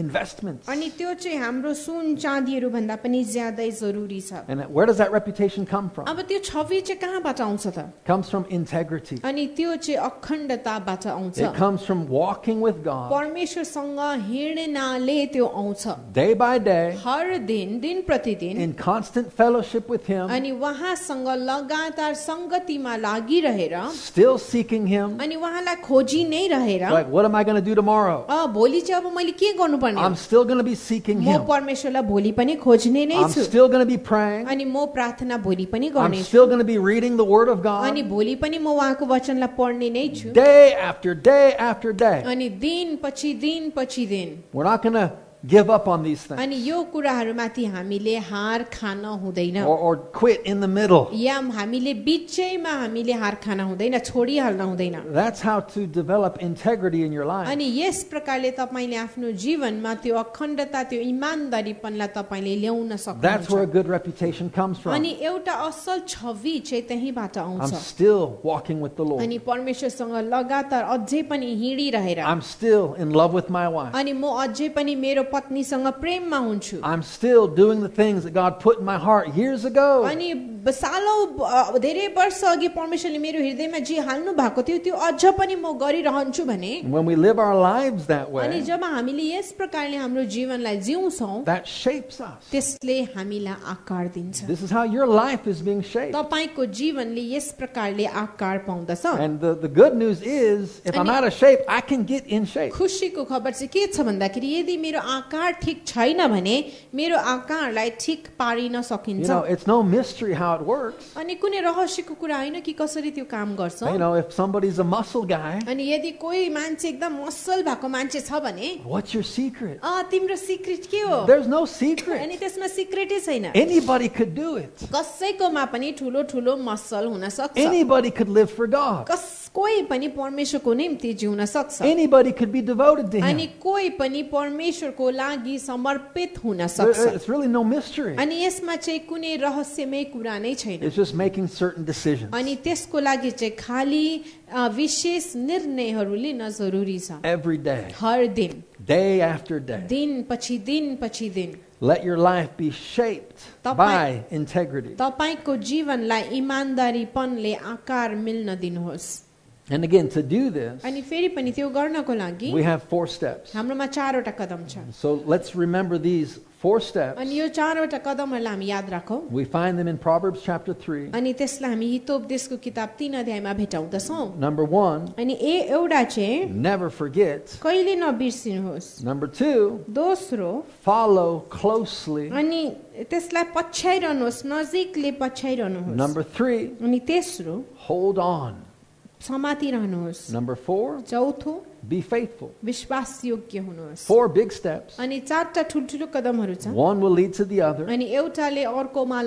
investments. अनि त्यो चाहिँ हाम्रो सुन चाँदीहरू भन्दा पनि ज्यादै जरुरी छ And where does that reputation come from? अब त्यो छवि चाहिँ कहाँबाट आउँछ त comes from integrity. अनि त्यो चाहिँ अखण्डताबाट आउँछ It comes from walking with God परमेश्वरसँग हिँड्नाले त्यो आउँछ day by day हर दिन दिन प्रतिदिन in constant fellowship with Him, अनि उहाँसँग लगातार सङ्गतिमा लागिरहेर still seeking Him. अनि उहाँलाई खोजी नै रहेर Like, what am I going to do tomorrow? अ, भोलि चाहिँ अब मैले के गर्नुपर्ने हो? I'm still going to be seeking म Him. परमेश्वरलाई भोलि पनि खोज्ने नै I'm छु still going to be praying. अनि म प्रार्थना भोलि पनि I'm गर्ने छु still going to be reading the Word of अनि God भोलि पनि म उहाँको वचनलाई पढ्ने नै छु day after day after day. अनि दिन पछि दिन पछि दिन We're not going to give up on these things अनि यो कुराहरूमाथि हामीले हार खान हुँदैन or, or quit in the middle. या हामीले बिचैमा हामीले हार खान हुँदैन छोडिहाल्न हुँदैन That's how to develop integrity in your life. अनि यस प्रकारले तपाईँले आफ्नो जीवनमा त्यो अखण्डता त्यो इमान्दारीपनलाई तपाईँले ल्याउन That's where a सक्नुहुन्छ good reputation comes अनि from. एउटा असल छवि चाहिँ त्यहीँबाट I'm आउँछ still walking with the अनि Lord. परमेश्वरसँग लगातार अझै पनि हिँडिरहेर I'm still in love with my wife. अनि म अझै पनि मेरो पत्नीसँग प्रेममा हुन्छु I'm still doing the things that God put in my heart years ago. अनि ब- सालौँ ब- धेरै वर्ष अघि परमेश्वरले मेरो हृदयमा जे हाल्नु भएको थियो त्यो अझ पनि म गरिरहन्छु भने And when we live our lives that अनि way, जब हामीले यस प्रकारले हाम्रो जीवनलाई जिउँछौँ that shapes us. त्यसले हामीलाई आकार दिन्छ This is how your life is being shaped. तपाईँको जीवनले यस प्रकारले आकार पाउँदछ And the, the good news is, if I'm Ani- out of shape, I can get in shape. खुसीको खबर चाहिँ के छ भन्दाखेरि यदि मेरो आकार ठिक छैन भने मेरो आकारलाई ठिक पारिन You सकिन्छ know, it's no mystery how it works. अनि कुनै रहस्यको कुरा होइन कि कसरी त्यो काम गर्छ You know, if somebody's a muscle guy, अनि यदि कोही मान्छे एकदम मसल भएको मान्छे छ भने what's your secret? अँ, तिम्रो सिक्रेट के हो There's no अनि secret. त्यसमा सिक्रेटै छैन Anybody could do it. कसैकोमा पनि ठुलो ठुलो मसल हुन सक्छ Anybody could live for God. कस कोही पनि परमेश्वरको निम्ति जिउन सक्छ Anybody could be devoted to अनि Him. कोही पनि परमेश्वरको लागि समर्पित हुन There- सक्छ It's really no mystery. अनि यसमा चाहिँ कुनै रहस्यमय कुरा नै छैन It's just making certain decisions. अनि त्यसको लागि चाहिँ खालि अ, विशेष निर्णयहरू लिन जरुरी छ Every day, हर दिन day after day, दिन पछि दिन पछि दिन let your life be shaped Tapai- by integrity. तपाईँको जीवनलाई इमान्दारीपनले आकार मिल्न दिनुहोस् And again, to do this, अनि फेरि पनि त्यो गर्नको लागि we have four steps. हाम्रोमा चारवटा कदम छ So let's remember these four अनि steps. यो चारवटा कदमहरूलाई हामी याद राखौँ We find them in Proverbs chapter 3. अनि त्यसलाई हामी हितोपदेशको किताब तीन अध्यायमा भेटाउँदछौँ Number one, अनि ए एउटा चाहिँ never forget. कहिले नबिर्सिनुहोस् Number two, दोस्रो follow closely. अनि त्यसलाई पछ्याइरहनुहोस् नजिकले पछ्याइरहनुहोस् Number three, अनि तेस्रो hold on. समातिरहनुहोस् Number four, चौथो be faithful. विश्वासयोग्य हुनुहोस् Four big steps. अनि चारवटा ठुल्ठुलो कदमहरू छ One will lead to the other. अनि एउटाले अर्कोमा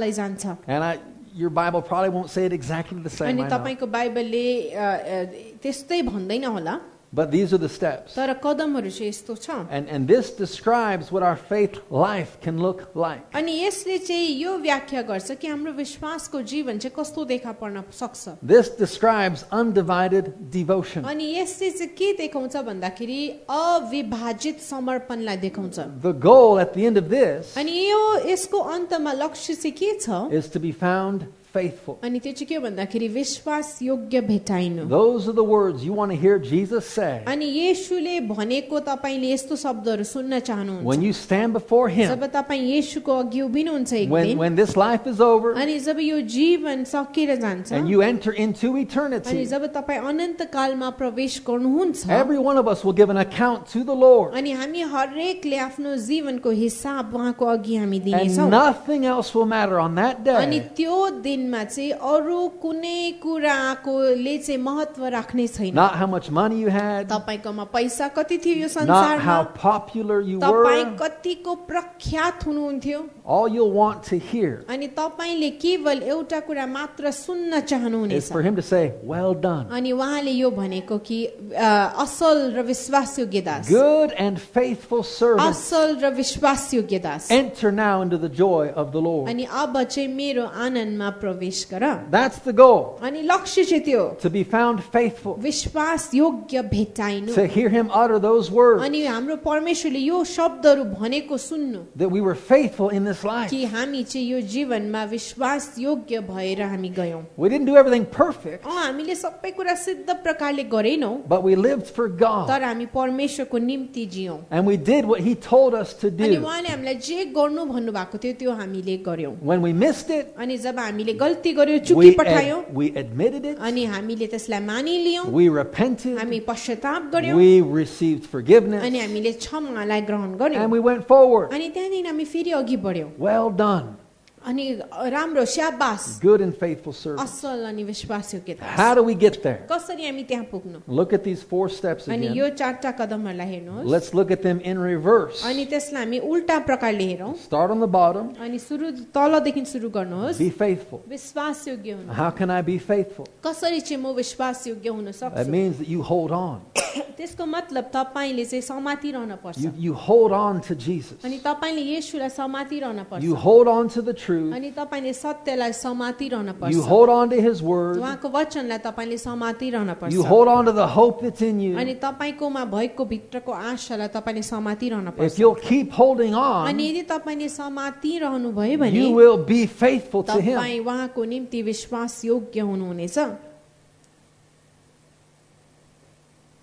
लैजान्छ And I, your Bible probably won't say it exactly the same. अनि I know. तपाईँको बाइबलले अ, अ, त्यस्तै भन्दैन होला But these are the steps. तर कदमहरू चाहिँ यस्तो छ And, and this describes what our faith life can look like. अनि यसले चाहिँ यो व्याख्या गर्छ कि हाम्रो विश्वासको जीवन चाहिँ कस्तो देखा पर्न सक्छ This describes undivided devotion. अनि यसले चाहिँ के देखाउँछ भन्दाखेरि अविभाजित समर्पणलाई देखाउँछ The goal at the end of this अनि यो यसको अन्तमा लक्ष्य चाहिँ के छ is to be found faithful. अनि त्यो चाहिँ के हो भन्दाखेरि विश्वास योग्य भेटाइनु Those are the words you want to hear Jesus say अनि येशूले भनेको तपाईँले यस्तो शब्दहरू सुन्न चाहनुहुन्छ when you stand before जब Him. तपाईँ येशूको अघि उभिनुहुन्छ एक दिन When, when this life is over अनि जब यो जीवन सकिएर जान्छ and you enter into अनि eternity, जब तपाईँ अनन्त कालमा प्रवेश गर्नुहुन्छ every one of us will give an account to the Lord. अनि हामी हरेकले आफ्नो जीवनको हिसाब उहाँको अघि हामी And दिनेछौँ nothing else will matter on that अनि day त्यो दिनमा चाहिँ अरू कुनै कुराकोले चाहिँ महत्व राख्ने छैन not how much money you had, तपाईँकोमा पैसा कति थियो यो not how संसारमा popular you तपाईँ were. कतिको प्रख्यात हुनुहुन्थ्यो All you'll want to hear अनि तपाईँले केवल एउटा कुरा मात्र सुन्न is चाहनुहुनेछ for Him to say, Well done, अनि उहाँले यो भनेको कि अ, असल र विश्वासयोग्य दास good and faithful servant. असल र विश्वासयोग्य दास Enter now into the joy of the Lord. अनि अब चाहिँ मेरो आनन्दमा प्रवेश गर That's the goal अनि लक्ष्य चाहिँ त्यो to be found faithful, विश्वास योग्य भेटाइनु to hear Him utter those words अनि हाम्रो परमेश्वरले यो शब्दहरू भनेको सुन्नु that we were faithful in this life. कि हामी चाहिँ यो जीवनमा विश्वास योग्य भएर हामी गयौँ We didn't do everything perfect, अँ हामीले सबै कुरा सिद्ध प्रकारले गरेनौँ but we lived for God तर हामी परमेश्वरको निम्ति जियौँ and we did what He told us to अनि do. उहाँले हामीलाई जे गर्नु भन्नुभएको थियो त्यो हामीले गर्यौँ When we missed it, अनि जब हामीले गल्ती गर्यौँ चुकी we, ad- पठायौँ we admitted it, अनि हामीले त्यसलाई मानिलियौँ we repented, हामी पश्चाताप गर्यौँ we received अनि forgiveness, हामीले क्षमालाई ग्रहण गर्यौँ and we went forward. अनि त्यहाँदेखि हामी फेरि अघि बढ्यौँ Well done, अनि राम्रो स्याबास good and faithful servant. असल अनि विश्वासयोग्य दास। How do we get there? कसरी हामी त्यहाँ पुग्नु Look at these four steps अनि again. यो चारटा कदमहरूलाई हेर्नुहोस् Let's look at them in reverse. अनि त्यसलाई हामी उल्टा प्रकारले हेरौँ Start on the bottom. अनि सुरु तलदेखि सुरु गर्नुहोस् Be faithful. विश्वासयोग्य हुनु How can I be faithful? कसरी चाहिँ म विश्वासयोग्य हुन That सक्छु means that you hold on. त्यसको मतलब तपाईँले चाहिँ समातिरहन पर्छ You, you hold on to Jesus. अनि तपाईँले येशूलाई समातिरहन पर्छ You hold on to the truth. अनि तपाईँले सत्यलाई समातिरहन पर्छ You hold on to His Word. उहाँको वचनलाई तपाईँले समातिरहन पर्छ You hold on to the hope that's in अनि you. तपाईँकोमा भएको भित्रको आशालाई तपाईँले समातिरहन पर्छ If you'll keep holding अनि on, यदि तपाईँले समातिरहनु भयो भने you will be faithful to तपाईँ Him. उहाँको निम्ति विश्वास योग्य हुनुहुनेछ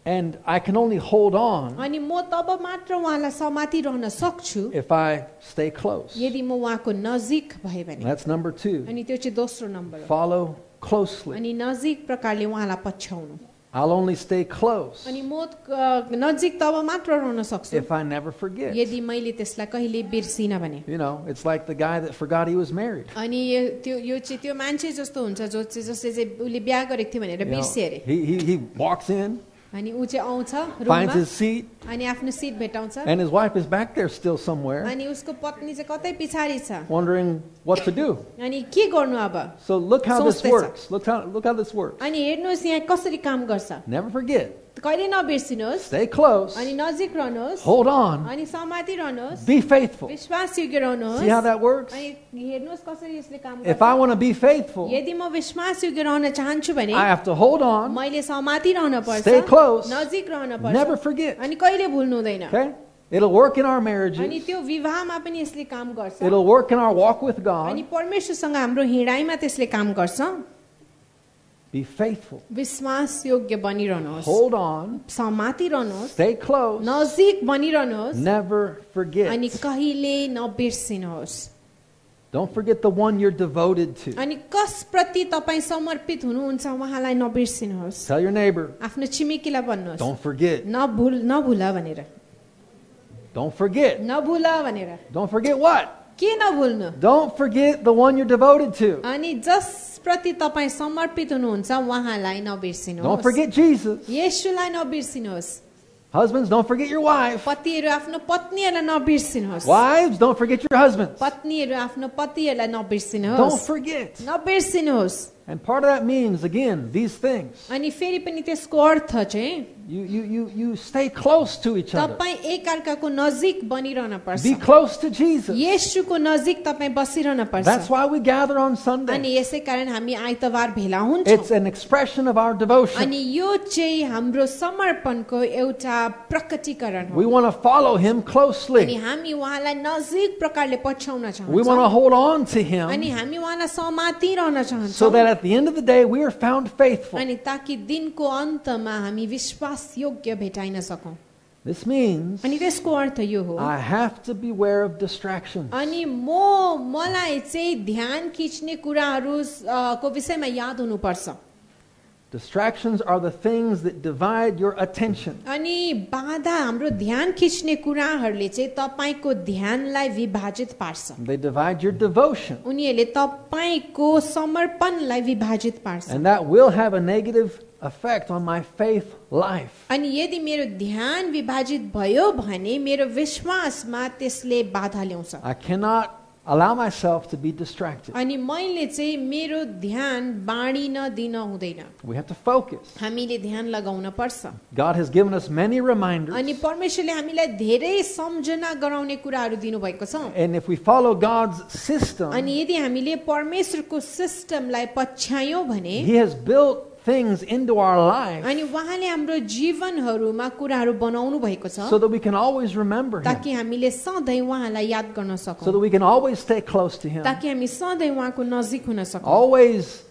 And I can only hold on अनि म तब मात्र उहाँलाई समातिरहन सक्छु if I stay close. यदि म उहाँको नजिक भए भने That's number two. अनि त्यो चाहिँ दोस्रो नम्बर हो Follow closely. अनि नजिक प्रकारले उहाँलाई पछ्याउनु I'll only stay close अनि म अ, नजिक तब मात्र रहन सक्छु if I never forget. यदि मैले त्यसलाई कहिले बिर्सिनँ भने You know, it's like the guy that forgot he was married. अनि यो त्यो यो चाहिँ त्यो मान्छे जस्तो हुन्छ जो चाहिँ जसले चाहिँ उसले बिहा गरेको थियो भनेर You know, बिर्सियो अरे he, he, he walks in, अनि ऊ चाहिँ आउँछ finds रुममा his seat, अनि आफ्नो सिट भेटाउँछ and his wife is back there still somewhere, अनि उसको पत्नी चाहिँ कतै पछाडि छ wondering what to do. अनि के गर्नु अब So look how this Sounds works. Look how, look how this works. अनि हेर्नुहोस् यहाँ कसरी काम गर्छ Never forget. कहिले नबिर्सिनुहोस् Stay close. अनि नजिक रहनुहोस् Hold on. अनि समाति रहनुहोस् Be faithful. विश्वासयोग्य See how रहनुहोस् that works? अनि हेर्नुहोस् कसरी यसले काम If I गर्छ want to be faithful, यदि म विश्वासयोग्य रहन चाहन्छु भने I have to hold on, मैले समाति रहन पर्छ Stay close. नजिक रहन never पर्छ forget. अनि कहिले भुल्नु हुँदैन Okay? It'll work in our अनि marriages, त्यो विवाहमा पनि यसले काम गर्छ it'll work in our walk with अनि God. परमेश्वरसँग हाम्रो हिँडाइमा त्यसले काम गर्छ Be faithful. विश्वासयोग्य बनिरहनुहोस् Hold on. समाति रहनुहोस् Stay close. नजिक बनिरहनुहोस् Never अनि forget. कहिले नबिर्सिनुहोस् Don't forget the one you're devoted to. अनि कसप्रति तपाईँ समर्पित हुनुहुन्छ उहाँलाई नबिर्सिनुहोस् Tell your neighbor, आफ्नो छिमेकीलाई भन्नुहोस् don't forget. नभुल नभुल भनेर Don't forget. नभुल भनेर Don't forget what? के नभुल्नु Don't forget the one you're devoted to. अनि जसप्रति तपाईँ समर्पित हुनुहुन्छ उहाँलाई Don't नबिर्सिनुहोस् forget Jesus. येशूलाई नबिर्सिनुहोस् Husbands, don't forget your wife. पतिहरू आफ्नो पत्नीहरूलाई नबिर्सिनुहोस् Wives, don't forget your husbands. पत्नीहरू आफ्नो पतिहरूलाई Don't नबिर्सिनुहोस् forget. नबिर्सिनुहोस् And part of that means, again, these things. अनि फेरि पनि त्यसको अर्थ चाहिँ You, you, you, you stay close to each other. तपाईँ एकअर्काको नजिक बनिरहन पर्छ Be close to Jesus. येशूको नजिक तपाईँ बसिरहन पर्छ That's why we gather on अनि Sunday. यसै कारण हामी आइतबार भेला It's हुन्छौँ an expression of our devotion. अनि यो चाहिँ हाम्रो समर्पणको एउटा प्रकटीकरण हो We want to follow him अनि closely. हामी उहाँलाई नजिक प्रकारले पछ्याउन We want to चाहन्छौँ hold on to अनि him हामी उहाँलाई समातिरहन so चाहन्छौँ that at the end of the day we are found faithful. अनि ताकि दिनको अन्तमा हामी विश्वास योग्य भेटाइन सकौँ This means अनि त्यसको अर्थ यो हो I have to beware of distractions. अनि म मलाई चाहिँ ध्यान खिच्ने कुराहरू अ, को विषयमा याद हुनुपर्छ Distractions are the things that divide your attention. अनि बाधा हाम्रो ध्यान खिच्ने कुराहरूले चाहिँ तपाईँको ध्यानलाई विभाजित पार्छ They divide your devotion. उनीहरूले तपाईँको समर्पणलाई विभाजित पार्छ And that will have a negative effect on my faith life. अनि यदि मेरो ध्यान विभाजित भयो भने मेरो विश्वासमा त्यसले बाधा ल्याउँछ I cannot allow myself to be distracted. अनि मैले चाहिँ मेरो ध्यान बाँडिन दिन हुँदैन We have to focus. हामीले ध्यान लगाउन पर्छ God has given us many अनि reminders. परमेश्वरले हामीलाई धेरै सम्झना गराउने कुराहरू दिनुभएको छ And if we follow God's अनि system, यदि हामीले परमेश्वरको सिस्टमलाई पछ्यायौँ भने He has built things into our life अनि उहाँले हाम्रो जीवनहरूमा कुराहरू बनाउनु भएको छ so that we can always remember Him, ताकि हामीले सधैँ उहाँलाई याद गर्न so that सकौँ we can always stay close to Him, ताकि हामी सधैँ उहाँको नजिक हुन Oh, सकौँ always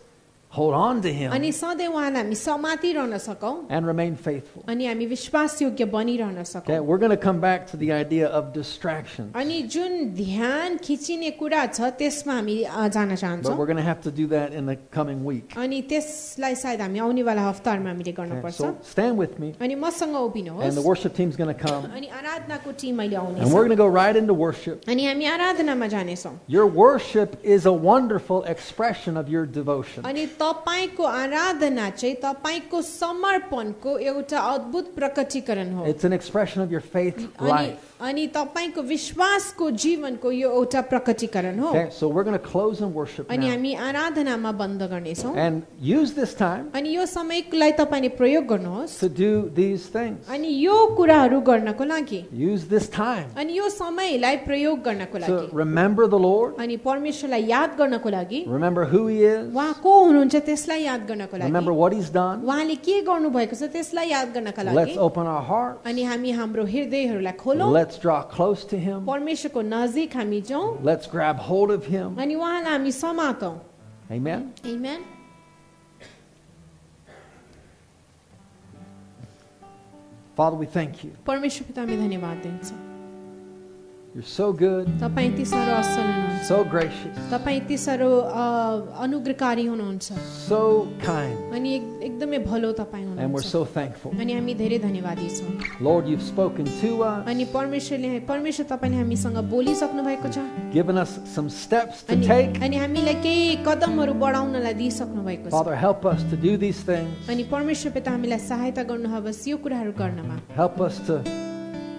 hold on to Him, अनि सधैँ उहाँलाई हामी समातिरहन सकौँ and remain faithful. अनि हामी विश्वासयोग्य बनिरहन Okay, सकौँ we're going to come back to the idea of distraction, अनि जुन ध्यान खिचिने कुरा छ त्यसमा हामी अ, जान but we're चाहन्छौँ going to have to do that in the coming week. अनि त्यसलाई सायद हामी आउनेवाला हप्ताहरूमा हामीले Okay, गर्नुपर्छ so stand with me, अनि मसँग and the उभिनुहोस् worship team's going to come, अनि आराधनाको टिम मैले and we're आउने going to go right into worship. अनि हामी आराधनामा जानेछौँ Your worship is a wonderful expression of your devotion. अनि तपाईँको आराधना चाहिँ तपाईँको समर्पणको एउटा अद्भुत प्रकटीकरण हो It's an expression of your faith अनि life. अनि तपाईँको विश्वासको जीवनको यो एउटा प्रकटीकरण हो Okay, so we're going to close in worship अनि now. हामी आराधनामा बन्द गर्नेछौँ And use this time अनि यो समयलाई तपाईँले प्रयोग गर्नुहोस् to do these things. अनि यो कुराहरू गर्नको लागि Use this time अनि यो समयलाई प्रयोग गर्नको to लागि remember the Lord, अनि परमेश्वरलाई याद गर्नको लागि remember who He is, उहाँ को हुनुहुन्छ त्यसलाई याद गर्नको remember लागि what He's done. उहाँले के गर्नुभएको छ त्यसलाई याद गर्नका लागि Let's open our heart. अनि हामी हाम्रो हृदयहरूलाई खोलौँ Let's draw close to Him. परमेश्वरको नजिक हामी जाउँ Let's grab hold of Him. अनि उहाँलाई हामी समातौँ Amen. Amen. Father, we thank you. परमेश्वर पिता हामी धन्यवाद दिन्छौँ You're so good, तपाईँ यति साह्रो असल हुनुहुन्छ so gracious, तपाईँ यति साह्रो अ, अनुग्रहकारी हुनुहुन्छ so kind, अनि एक- एकदमै भलो तपाईँ and we're हुनुहुन्छ so thankful. अनि हामी धेरै धन्यवादी छौँ Lord, you've spoken to us, अनि परमेश्वरले परमेश्वर तपाईँले हामीसँग बोलिसक्नु भएको छ given us some steps to अनि take. अनि हामीलाई केही कदमहरू बढाउनलाई दिइसक्नु भएको छ Father, help us to do these things. अनि परमेश्वर पिता हामीलाई सहायता गर्नुहोस् यो कुराहरू गर्नमा Help us to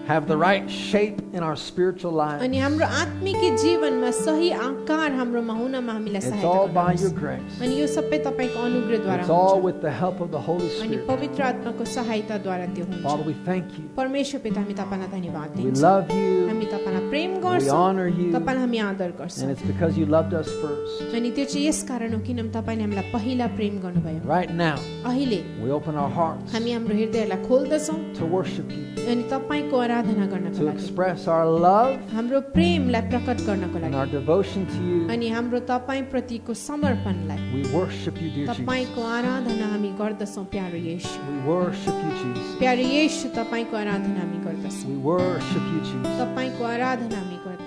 have the right shape in our spiritual life. अनि हाम्रो आत्मिक जीवनमा सही आकार हाम्रोमा हुनमा हामीलाई It's सहायता all by your गर्नुहोस्। grace. अनि यो सबै तपाईँको अनुग्रहद्वारा It's all हुन्छ with the help of the Holy अनि Spirit. पवित्र आत्माको सहायताद्वारा त्यो हुन्छ Father, we thank you. परमेश्वर पिता हामी तपाईँलाई धन्यवाद We दिन्छौँ love you, हामी तपाईँलाई प्रेम we गर्छौँ honor you, and तपाईँलाई हामी आदर गर्छौँ it's because you loved us first. अनि त्यो चाहिँ यस कारण हो किनभने तपाईँले हामीलाई पहिला प्रेम गर्नुभयो Right now, अहिले we open our hearts हामी हाम्रो हृदयहरूलाई खोल्दछौँ to worship you, अनि तपाईँको आराधना गर्नको to लागि express our love हाम्रो प्रेमलाई प्रकट गर्नको and लागि our devotion to you. अनि हाम्रो तपाईँप्रतिको समर्पणलाई We worship you, dear तपाईँको Jesus. आराधना हामी गर्दछौँ प्यारो येशू We worship you, Jesus. प्यारो येशू तपाईँको आराधना हामी गर्दछौँ We worship you, Jesus. तपाईँको आराधना हामी गर्दछौँ